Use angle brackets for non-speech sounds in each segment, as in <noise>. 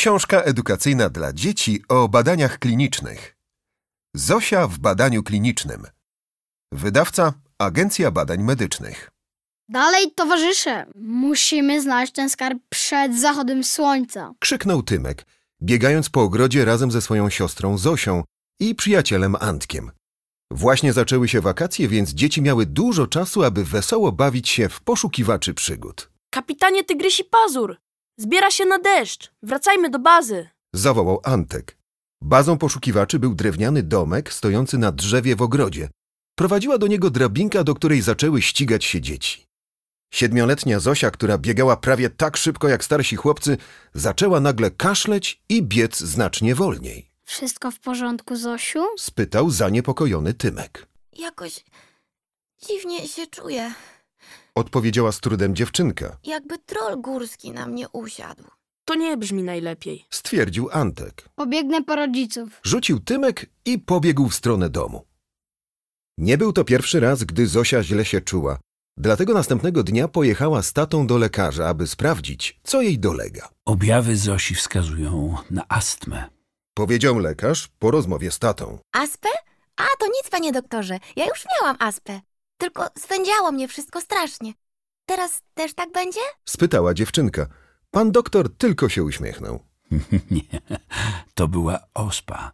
Książka edukacyjna dla dzieci o badaniach klinicznych. Zosia w badaniu klinicznym. Wydawca Agencja Badań Medycznych. Dalej, towarzysze, musimy znaleźć ten skarb przed zachodem słońca. Krzyknął Tymek, biegając po ogrodzie razem ze swoją siostrą Zosią i przyjacielem Antkiem. Właśnie zaczęły się wakacje, więc dzieci miały dużo czasu, aby wesoło bawić się w poszukiwaczy przygód. Kapitanie Tygrysi Pazur! Zbiera się na deszcz. Wracajmy do bazy. zawołał Antek. Bazą poszukiwaczy był drewniany domek stojący na drzewie w ogrodzie. Prowadziła do niego drabinka, do której zaczęły ścigać się dzieci. Siedmioletnia Zosia, która biegała prawie tak szybko jak starsi chłopcy, zaczęła nagle kaszleć i biec znacznie wolniej. Wszystko w porządku, Zosiu? Spytał zaniepokojony Tymek. Jakoś dziwnie się czuję, Odpowiedziała z trudem dziewczynka. jakby troll górski na mnie usiadł. To nie brzmi najlepiej. Stwierdził Antek. Pobiegnę po rodziców. Rzucił Tymek i pobiegł w stronę domu. Nie był to pierwszy raz, gdy Zosia źle się czuła, dlatego następnego dnia pojechała z tatą do lekarza, aby sprawdzić, co jej dolega. Objawy Zosi wskazują na astmę. <laughs> Powiedział lekarz po rozmowie z tatą. Aspę? A, to nic, panie doktorze. Ja już miałam aspę. Tylko swędziało mnie wszystko strasznie. Teraz też tak będzie? Spytała dziewczynka. Pan doktor tylko się uśmiechnął. Nie, to była ospa.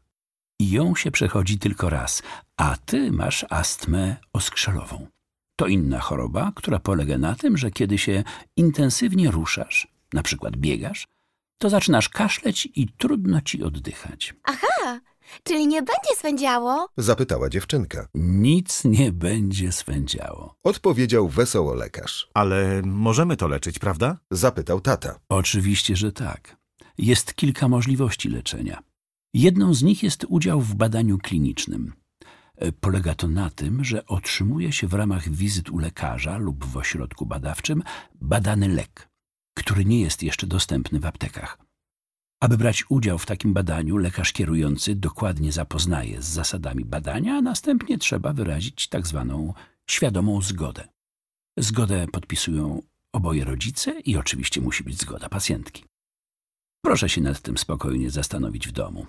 I ją się przechodzi tylko raz, a ty masz astmę oskrzelową. To inna choroba, która polega na tym, że kiedy się intensywnie ruszasz, na przykład biegasz, to zaczynasz kaszleć i trudno ci oddychać. Aha, czyli nie będzie swędziało? Zapytała dziewczynka. Nic nie będzie swędziało. Odpowiedział wesoło lekarz. Ale możemy to leczyć, prawda? Zapytał tata. Oczywiście, że tak. Jest kilka możliwości leczenia. Jedną z nich jest udział w badaniu klinicznym. E, Polega to na tym, że otrzymuje się w ramach wizyt u lekarza lub w ośrodku badawczym badany lek, który nie jest jeszcze dostępny w aptekach. Aby brać udział w takim badaniu, lekarz kierujący dokładnie zapoznaje z zasadami badania, a następnie trzeba wyrazić tak zwaną świadomą zgodę. Zgodę podpisują oboje rodzice i oczywiście musi być zgoda pacjentki. Proszę się nad tym spokojnie zastanowić w domu.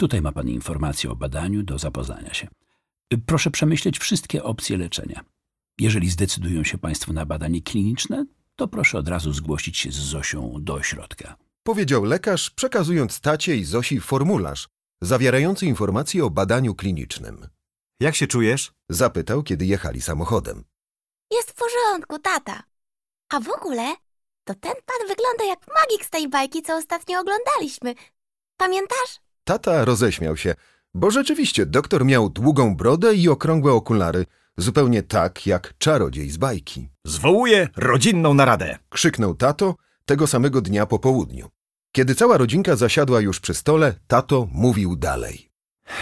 Tutaj ma Pan informację o badaniu do zapoznania się. Proszę przemyśleć wszystkie opcje leczenia. Jeżeli zdecydują się Państwo na badanie kliniczne, to proszę od razu zgłosić się z Zosią do ośrodka. Powiedział lekarz, przekazując tacie i Zosi formularz zawierający informacje o badaniu klinicznym. Jak się czujesz? Zapytał, kiedy jechali samochodem. Jest w porządku, tata. A w ogóle, to ten pan wygląda jak magik z tej bajki, co ostatnio oglądaliśmy. Pamiętasz? Tata roześmiał się, bo rzeczywiście doktor miał długą brodę i okrągłe okulary, zupełnie tak jak czarodziej z bajki. Zwołuję rodzinną naradę. Krzyknął tato tego samego dnia po południu. Kiedy cała rodzinka zasiadła już przy stole, tato mówił dalej.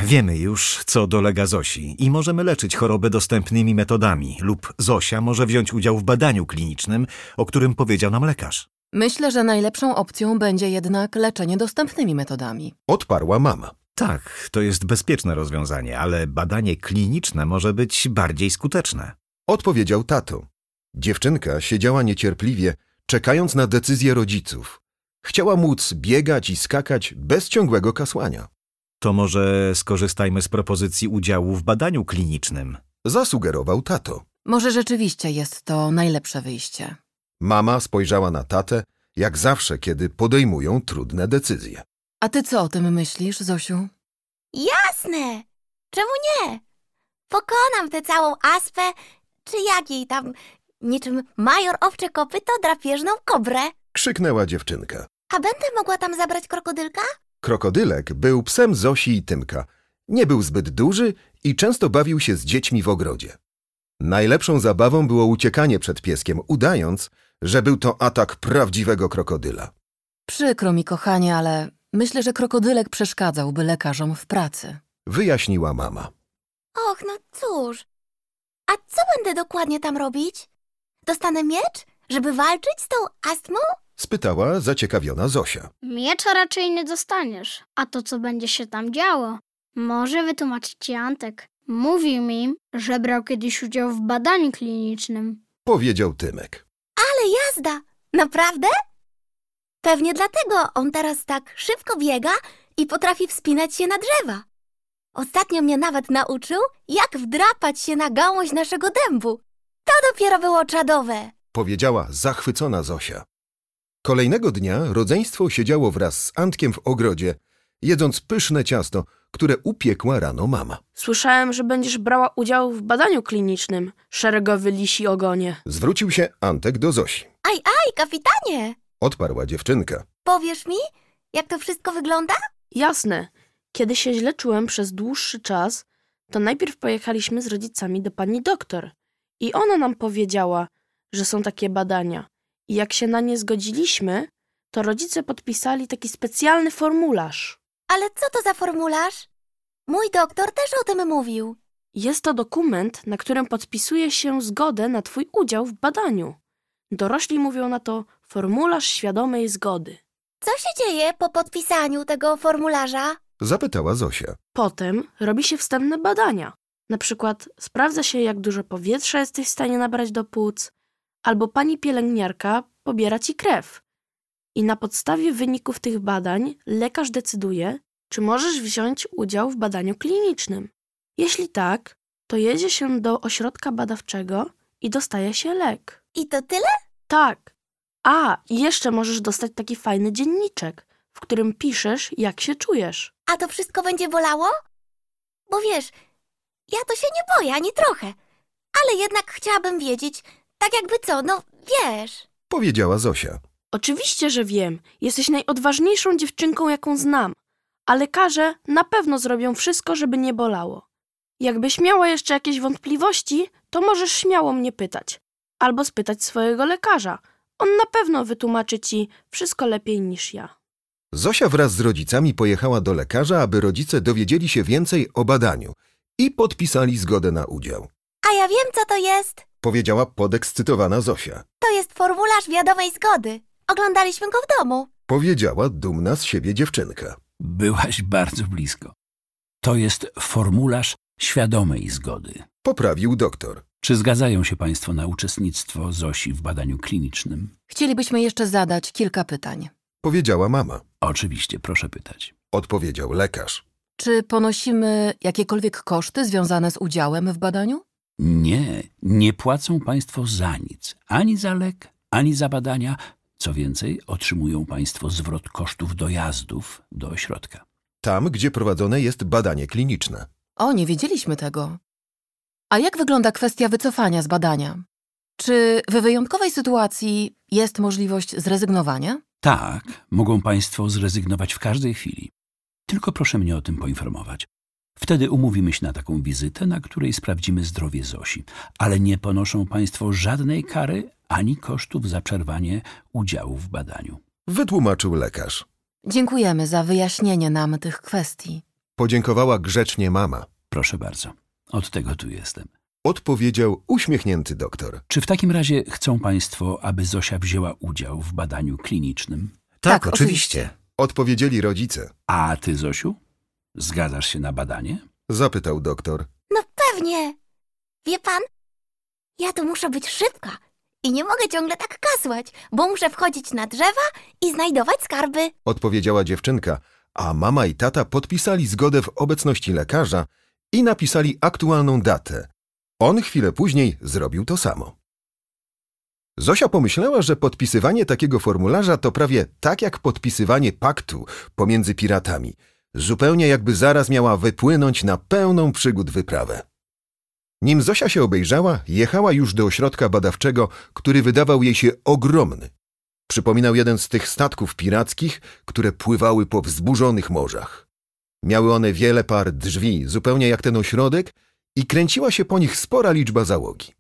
Wiemy już, co dolega Zosi i możemy leczyć chorobę dostępnymi metodami lub Zosia może wziąć udział w badaniu klinicznym, o którym powiedział nam lekarz. Myślę, że najlepszą opcją będzie jednak leczenie dostępnymi metodami. Odparła mama. Tak, to jest bezpieczne rozwiązanie, ale badanie kliniczne może być bardziej skuteczne. Odpowiedział tato. Dziewczynka siedziała niecierpliwie, czekając na decyzję rodziców. Chciała móc biegać i skakać bez ciągłego kasłania. To może skorzystajmy z propozycji udziału w badaniu klinicznym. Zasugerował tato. Może rzeczywiście jest to najlepsze wyjście. Mama spojrzała na tatę, jak zawsze, kiedy podejmują trudne decyzje. A ty co o tym myślisz, Zosiu? Jasne! Czemu nie? Pokonam tę całą aspę, czy jak jej tam, niczym major owcze kopyto drapieżną kobrę. Krzyknęła dziewczynka. A będę mogła tam zabrać krokodylka? Krokodylek był psem Zosi i Tymka. Nie był zbyt duży i często bawił się z dziećmi w ogrodzie. Najlepszą zabawą było uciekanie przed pieskiem, udając, że był to atak prawdziwego krokodyla. Przykro mi, kochanie, ale myślę, że krokodylek przeszkadzałby lekarzom w pracy. Wyjaśniła mama. Och, no cóż. A co będę dokładnie tam robić? Dostanę miecz, żeby walczyć z tą astmą? Spytała zaciekawiona Zosia. Miecza raczej nie dostaniesz. A to, co będzie się tam działo, może wytłumaczyć ci Antek. Mówił mi, że brał kiedyś udział w badaniu klinicznym. Powiedział Tymek. Ale jazda! Naprawdę? Pewnie dlatego on teraz tak szybko biega i potrafi wspinać się na drzewa. Ostatnio mnie nawet nauczył, jak wdrapać się na gałąź naszego dębu. To dopiero było czadowe. powiedziała zachwycona Zosia. Kolejnego dnia rodzeństwo siedziało wraz z Antkiem w ogrodzie, jedząc pyszne ciasto, które upiekła rano mama. Słyszałem, że będziesz brała udział w badaniu klinicznym. Szeregowy lisi ogonie. Zwrócił się Antek do Zosi. Aj, aj, kapitanie! Odparła dziewczynka. Powiesz mi, jak to wszystko wygląda? Jasne. Kiedy się źle czułem przez dłuższy czas, to najpierw pojechaliśmy z rodzicami do pani doktor. I ona nam powiedziała, że są takie badania. I jak się na nie zgodziliśmy, to rodzice podpisali taki specjalny formularz. Ale co to za formularz? Mój doktor też o tym mówił. Jest to dokument, na którym podpisuje się zgodę na Twój udział w badaniu. Dorośli mówią na to formularz świadomej zgody. Co się dzieje po podpisaniu tego formularza? Zapytała Zosia. Potem robi się wstępne badania. Na przykład sprawdza się, jak dużo powietrza jesteś w stanie nabrać do płuc, albo pani pielęgniarka pobiera ci krew. I na podstawie wyników tych badań lekarz decyduje, czy możesz wziąć udział w badaniu klinicznym. Jeśli tak, to jedzie się do ośrodka badawczego i dostaje się lek. I to tyle? Tak. A, i jeszcze możesz dostać taki fajny dzienniczek, w którym piszesz, jak się czujesz. A to wszystko będzie bolało? Bo wiesz, ja to się nie boję ani trochę. Ale jednak chciałabym wiedzieć, tak jakby co, no wiesz. Powiedziała Zosia. Oczywiście, że wiem. Jesteś najodważniejszą dziewczynką, jaką znam. A lekarze na pewno zrobią wszystko, żeby nie bolało. Jakbyś miała jeszcze jakieś wątpliwości, to możesz śmiało mnie pytać. Albo spytać swojego lekarza. On na pewno wytłumaczy ci wszystko lepiej niż ja. Zosia wraz z rodzicami pojechała do lekarza, aby rodzice dowiedzieli się więcej o badaniu i podpisali zgodę na udział. A ja wiem, co to jest. Powiedziała podekscytowana Zosia. To jest formularz wiadomej zgody. Oglądaliśmy go w domu. Powiedziała dumna z siebie dziewczynka. Byłaś bardzo blisko. To jest formularz świadomej zgody. Poprawił doktor. Czy zgadzają się Państwo na uczestnictwo Zosi w badaniu klinicznym? Chcielibyśmy jeszcze zadać kilka pytań. Powiedziała mama. Oczywiście, proszę pytać. Odpowiedział lekarz. Czy ponosimy jakiekolwiek koszty związane z udziałem w badaniu? Nie, nie płacą Państwo za nic, ani za lek, ani za badania. Co więcej, otrzymują Państwo zwrot kosztów dojazdów do ośrodka. Tam, gdzie prowadzone jest badanie kliniczne. O, nie wiedzieliśmy tego. A jak wygląda kwestia wycofania z badania? Czy w wyjątkowej sytuacji jest możliwość zrezygnowania? Tak, mogą Państwo zrezygnować w każdej chwili. Tylko proszę mnie o tym poinformować. Wtedy umówimy się na taką wizytę, na której sprawdzimy zdrowie Zosi, ale nie ponoszą Państwo żadnej kary ani kosztów za przerwanie udziału w badaniu. Wytłumaczył lekarz. Dziękujemy za wyjaśnienie nam tych kwestii. Podziękowała grzecznie mama. Proszę bardzo, od tego tu jestem. Odpowiedział uśmiechnięty doktor. Czy w takim razie chcą Państwo, aby Zosia wzięła udział w badaniu klinicznym? Tak, Tak, oczywiście. oczywiście. Odpowiedzieli rodzice. A ty, Zosiu, zgadzasz się na badanie? Zapytał doktor. No pewnie. Wie pan? Ja tu muszę być szybka. I nie mogę ciągle tak kasłać, bo muszę wchodzić na drzewa i znajdować skarby. Odpowiedziała dziewczynka, a mama i tata podpisali zgodę w obecności lekarza i napisali aktualną datę. On chwilę później zrobił to samo. Zosia pomyślała, że podpisywanie takiego formularza to prawie tak jak podpisywanie paktu pomiędzy piratami, zupełnie jakby zaraz miała wypłynąć na pełną przygód wyprawę. Nim Zosia się obejrzała, jechała już do ośrodka badawczego, który wydawał jej się ogromny. Przypominał jeden z tych statków pirackich, które pływały po wzburzonych morzach. Miały one wiele par drzwi, zupełnie jak ten ośrodek, i kręciła się po nich spora liczba załogi.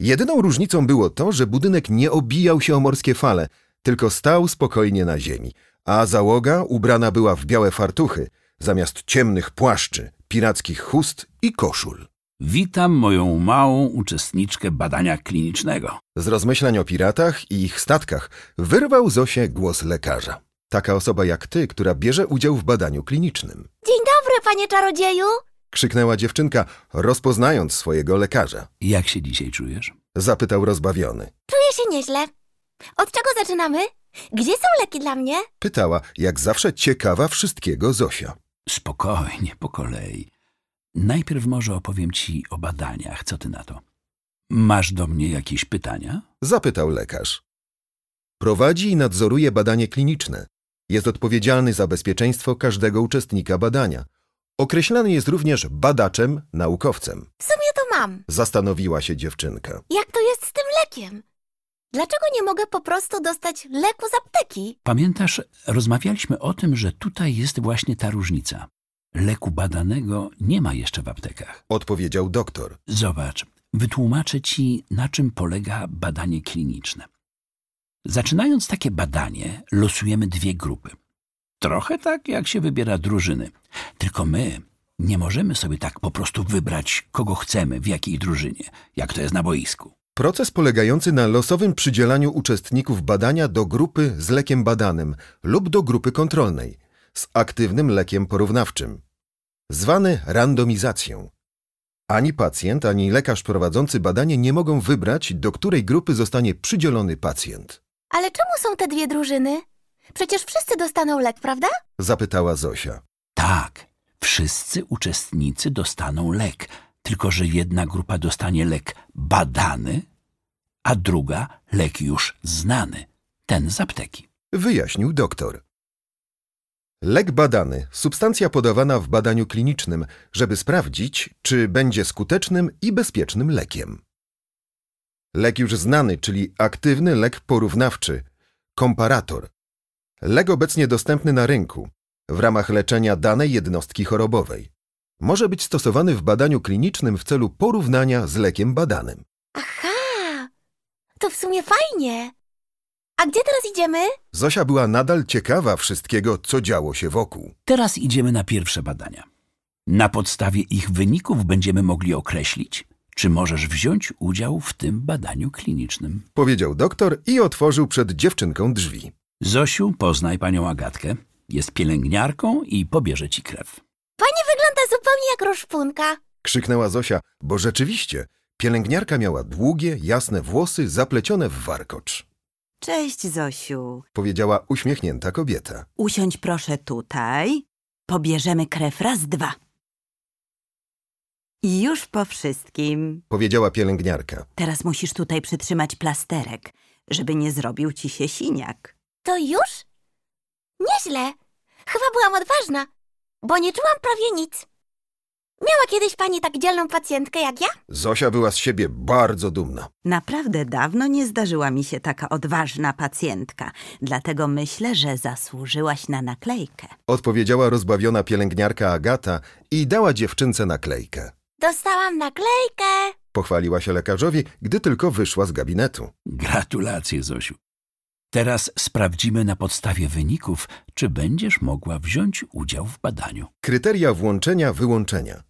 Jedyną różnicą było to, że budynek nie obijał się o morskie fale, tylko stał spokojnie na ziemi, a załoga ubrana była w białe fartuchy zamiast ciemnych płaszczy, pirackich chust i koszul. Witam moją małą uczestniczkę badania klinicznego. Z rozmyślań o piratach i ich statkach wyrwał Zosię głos lekarza. Taka osoba jak ty, która bierze udział w badaniu klinicznym. Dzień dobry, panie czarodzieju. Krzyknęła dziewczynka, rozpoznając swojego lekarza. Jak się dzisiaj czujesz? Zapytał rozbawiony. Czuję się nieźle. Od czego zaczynamy? Gdzie są leki dla mnie? Pytała, jak zawsze ciekawa wszystkiego Zosia. Spokojnie, po kolei. Najpierw może opowiem ci o badaniach. Co ty na to? Masz do mnie jakieś pytania? Zapytał lekarz. Prowadzi i nadzoruje badanie kliniczne. Jest odpowiedzialny za bezpieczeństwo każdego uczestnika badania. Określany jest również badaczem, naukowcem. W sumie to mam. Zastanowiła się dziewczynka. Jak to jest z tym lekiem? Dlaczego nie mogę po prostu dostać leku z apteki? Pamiętasz, rozmawialiśmy o tym, że tutaj jest właśnie ta różnica. Leku badanego nie ma jeszcze w aptekach. Odpowiedział doktor. Zobacz, wytłumaczę ci, na czym polega badanie kliniczne. Zaczynając takie badanie, losujemy dwie grupy. Trochę tak, jak się wybiera drużyny. Tylko my nie możemy sobie tak po prostu wybrać, kogo chcemy, w jakiej drużynie, jak to jest na boisku. Proces polegający na losowym przydzielaniu uczestników badania do grupy z lekiem badanym lub do grupy kontrolnej z aktywnym lekiem porównawczym, zwany randomizacją. Ani pacjent, ani lekarz prowadzący badanie nie mogą wybrać, do której grupy zostanie przydzielony pacjent, Ale czemu są te dwie drużyny? Przecież wszyscy dostaną lek, prawda? zapytała Zosia. Tak, wszyscy uczestnicy dostaną lek, tylko że jedna grupa dostanie lek badany, a druga lek już znany, ten z apteki. Wyjaśnił doktor. Lek badany, substancja podawana w badaniu klinicznym, żeby sprawdzić, czy będzie skutecznym i bezpiecznym lekiem. Lek już znany, czyli aktywny lek porównawczy, komparator. Lek obecnie dostępny na rynku w ramach leczenia danej jednostki chorobowej. Może być stosowany w badaniu klinicznym w celu porównania z lekiem badanym. Aha! To w sumie fajnie. A gdzie teraz idziemy? Zosia była nadal ciekawa wszystkiego, co działo się wokół. Teraz idziemy na pierwsze badania. Na podstawie ich wyników będziemy mogli określić, czy możesz wziąć udział w tym badaniu klinicznym. powiedział doktor i otworzył przed dziewczynką drzwi. Zosiu, poznaj panią Agatkę. Jest pielęgniarką i pobierze ci krew. Pani wygląda zupełnie jak rozpunka. Krzyknęła Zosia, bo rzeczywiście pielęgniarka miała długie, jasne włosy zaplecione w warkocz, Cześć, Zosiu. powiedziała uśmiechnięta kobieta. Usiądź proszę tutaj. Pobierzemy krew raz, dwa. I już po wszystkim. Powiedziała pielęgniarka, Teraz musisz tutaj przytrzymać plasterek, żeby nie zrobił ci się siniak. To już? Nieźle. Chyba byłam odważna, bo nie czułam prawie nic. Miała kiedyś pani tak dzielną pacjentkę jak ja? Zosia była z siebie bardzo dumna. Naprawdę dawno nie zdarzyła mi się taka odważna pacjentka, dlatego myślę, że zasłużyłaś na naklejkę. Odpowiedziała rozbawiona pielęgniarka Agata i dała dziewczynce naklejkę. Dostałam naklejkę. Pochwaliła się lekarzowi, gdy tylko wyszła z gabinetu. Gratulacje, Zosiu. Teraz sprawdzimy na podstawie wyników, czy będziesz mogła wziąć udział w badaniu. Kryteria włączenia, wyłączenia.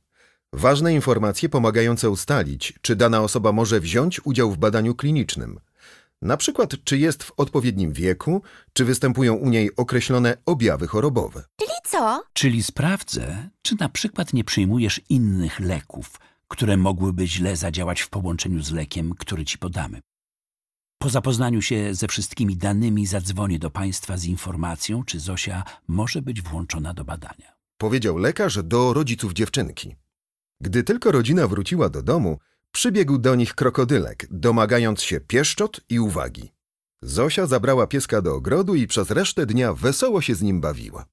Ważne informacje pomagające ustalić, czy dana osoba może wziąć udział w badaniu klinicznym. Na przykład, czy jest w odpowiednim wieku, czy występują u niej określone objawy chorobowe. Czyli co? Czyli sprawdzę, czy na przykład nie przyjmujesz innych leków, które mogłyby źle zadziałać w połączeniu z lekiem, który ci podamy. Po zapoznaniu się ze wszystkimi danymi zadzwonię do Państwa z informacją, czy Zosia może być włączona do badania. Powiedział lekarz do rodziców dziewczynki. Gdy tylko rodzina wróciła do domu, przybiegł do nich krokodylek, domagając się pieszczot i uwagi. Zosia zabrała pieska do ogrodu i przez resztę dnia wesoło się z nim bawiła.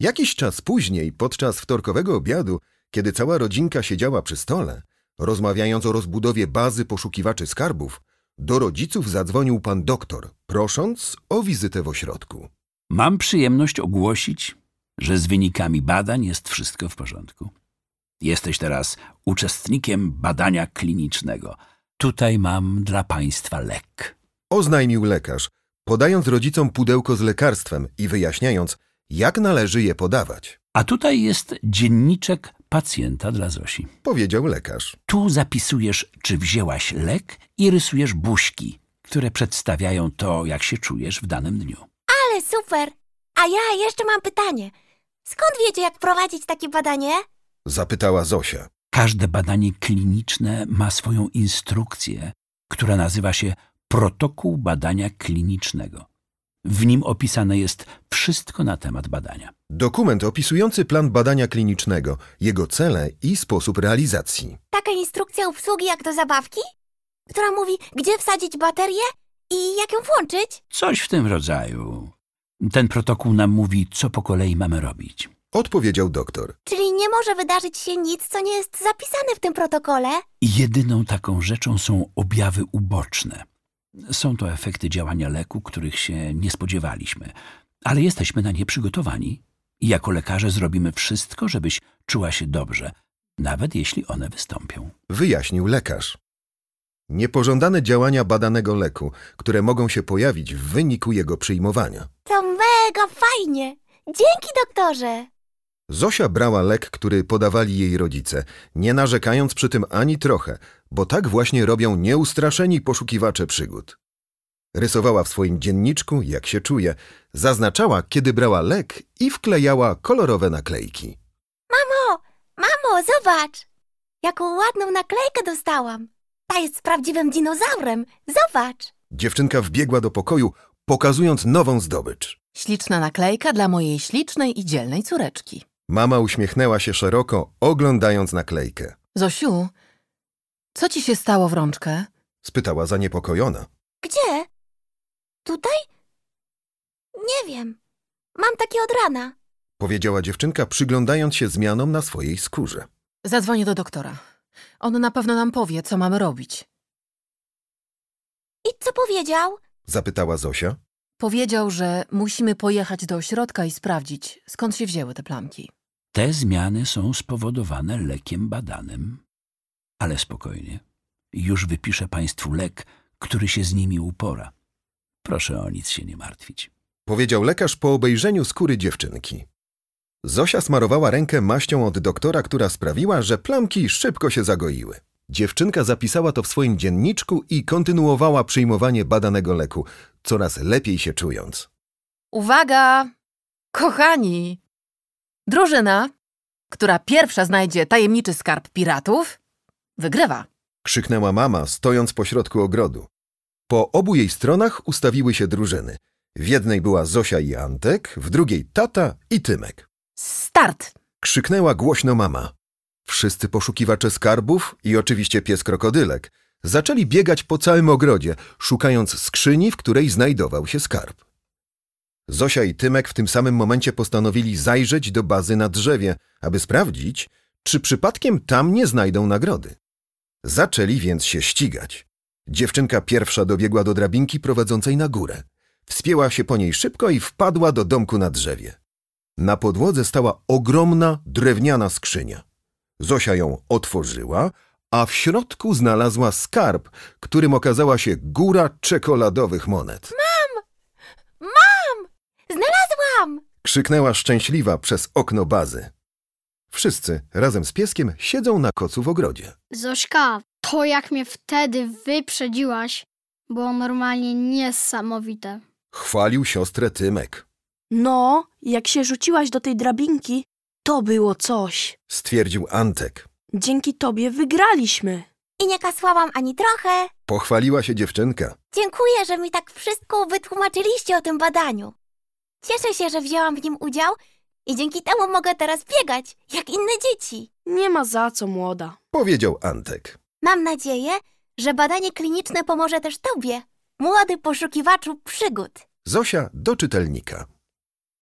Jakiś czas później, podczas wtorkowego obiadu, kiedy cała rodzinka siedziała przy stole, rozmawiając o rozbudowie bazy poszukiwaczy skarbów, do rodziców zadzwonił pan doktor, prosząc o wizytę w ośrodku. Mam przyjemność ogłosić, że z wynikami badań jest wszystko w porządku. Jesteś teraz uczestnikiem badania klinicznego. Tutaj mam dla Państwa lek. Oznajmił lekarz, podając rodzicom pudełko z lekarstwem i wyjaśniając, jak należy je podawać. A tutaj jest dzienniczek pacjenta dla Zosi. Powiedział lekarz. Tu zapisujesz, czy wzięłaś lek i rysujesz buźki, które przedstawiają to, jak się czujesz w danym dniu. Ale E, super. A ja jeszcze mam pytanie. Skąd wiecie, jak prowadzić takie badanie? Zapytała Zosia. Każde badanie kliniczne ma swoją instrukcję, która nazywa się protokół badania klinicznego. W nim opisane jest wszystko na temat badania. Dokument opisujący plan badania klinicznego, jego cele i sposób realizacji. Taka instrukcja obsługi jak do zabawki? Która mówi, gdzie wsadzić baterię i jak ją włączyć? Coś w tym rodzaju. Ten protokół nam mówi, co po kolei mamy robić. Odpowiedział doktor. Czyli nie może wydarzyć się nic, co nie jest zapisane w tym protokole. Jedyną taką rzeczą są objawy uboczne. Są to efekty działania leku, których się nie spodziewaliśmy, ale jesteśmy na nie przygotowani i jako lekarze zrobimy wszystko, żebyś czuła się dobrze, nawet jeśli one wystąpią. Wyjaśnił lekarz. Niepożądane działania badanego leku, które mogą się pojawić w wyniku jego przyjmowania. To mega fajnie! Dzięki, doktorze! Zosia brała lek, który podawali jej rodzice, nie narzekając przy tym ani trochę, bo tak właśnie robią nieustraszeni poszukiwacze przygód. Rysowała w swoim dzienniczku, jak się czuje, zaznaczała, kiedy brała lek i wklejała kolorowe naklejki. Mamo! Mamo, zobacz! Jaką ładną naklejkę dostałam! Ta jest z prawdziwym dinozaurem! Zobacz! Dziewczynka wbiegła do pokoju, pokazując nową zdobycz. Śliczna naklejka dla mojej ślicznej i dzielnej córeczki. Mama uśmiechnęła się szeroko, oglądając naklejkę. Zosiu, co ci się stało w rączkę? Spytała zaniepokojona. Gdzie? Tutaj? Nie wiem. Mam takie od rana. Powiedziała dziewczynka, przyglądając się zmianom na swojej skórze. Zadzwonię do doktora. On na pewno nam powie, co mamy robić. I co powiedział? Zapytała Zosia. Powiedział, że musimy pojechać do ośrodka i sprawdzić, skąd się wzięły te plamki. Te zmiany są spowodowane lekiem badanym. Ale spokojnie. Już wypiszę Państwu lek, który się z nimi upora. Proszę o nic się nie martwić. Powiedział lekarz po obejrzeniu skóry dziewczynki. Zosia smarowała rękę maścią od doktora, która sprawiła, że plamki szybko się zagoiły. Dziewczynka zapisała to w swoim dzienniczku i kontynuowała przyjmowanie badanego leku, coraz lepiej się czując. Uwaga! Kochani! Drużyna, która pierwsza znajdzie tajemniczy skarb piratów, wygrywa. Krzyknęła mama, stojąc pośrodku ogrodu. Po obu jej stronach ustawiły się drużyny. W jednej była Zosia i Antek, w drugiej tata i Tymek. Start! Krzyknęła głośno mama. Wszyscy poszukiwacze skarbów i oczywiście pies krokodylek zaczęli biegać po całym ogrodzie, szukając skrzyni, w której znajdował się skarb. Zosia i Tymek w tym samym momencie postanowili zajrzeć do bazy na drzewie, aby sprawdzić, czy przypadkiem tam nie znajdą nagrody. Zaczęli więc się ścigać. Dziewczynka pierwsza dobiegła do drabinki prowadzącej na górę. Wspięła się po niej szybko i wpadła do domku na drzewie. Na podłodze stała ogromna drewniana skrzynia. Zosia ją otworzyła, a w środku znalazła skarb, którym okazała się góra czekoladowych monet. Znalazłam! Krzyknęła szczęśliwa przez okno bazy. Wszyscy razem z pieskiem siedzą na kocu w ogrodzie. Zośka, to jak mnie wtedy wyprzedziłaś, było normalnie niesamowite. Chwalił siostrę Tymek. No, jak się rzuciłaś do tej drabinki, to było coś. Stwierdził Antek. Dzięki tobie wygraliśmy. I nie kasłałam ani trochę. Pochwaliła się dziewczynka. Dziękuję, że mi tak wszystko wytłumaczyliście o tym badaniu. Cieszę się, że wzięłam w nim udział i dzięki temu mogę teraz biegać, jak inne dzieci. Nie ma za co, młoda. Powiedział Antek. Mam nadzieję, że badanie kliniczne pomoże też tobie, młody poszukiwaczu przygód. Zosia do czytelnika.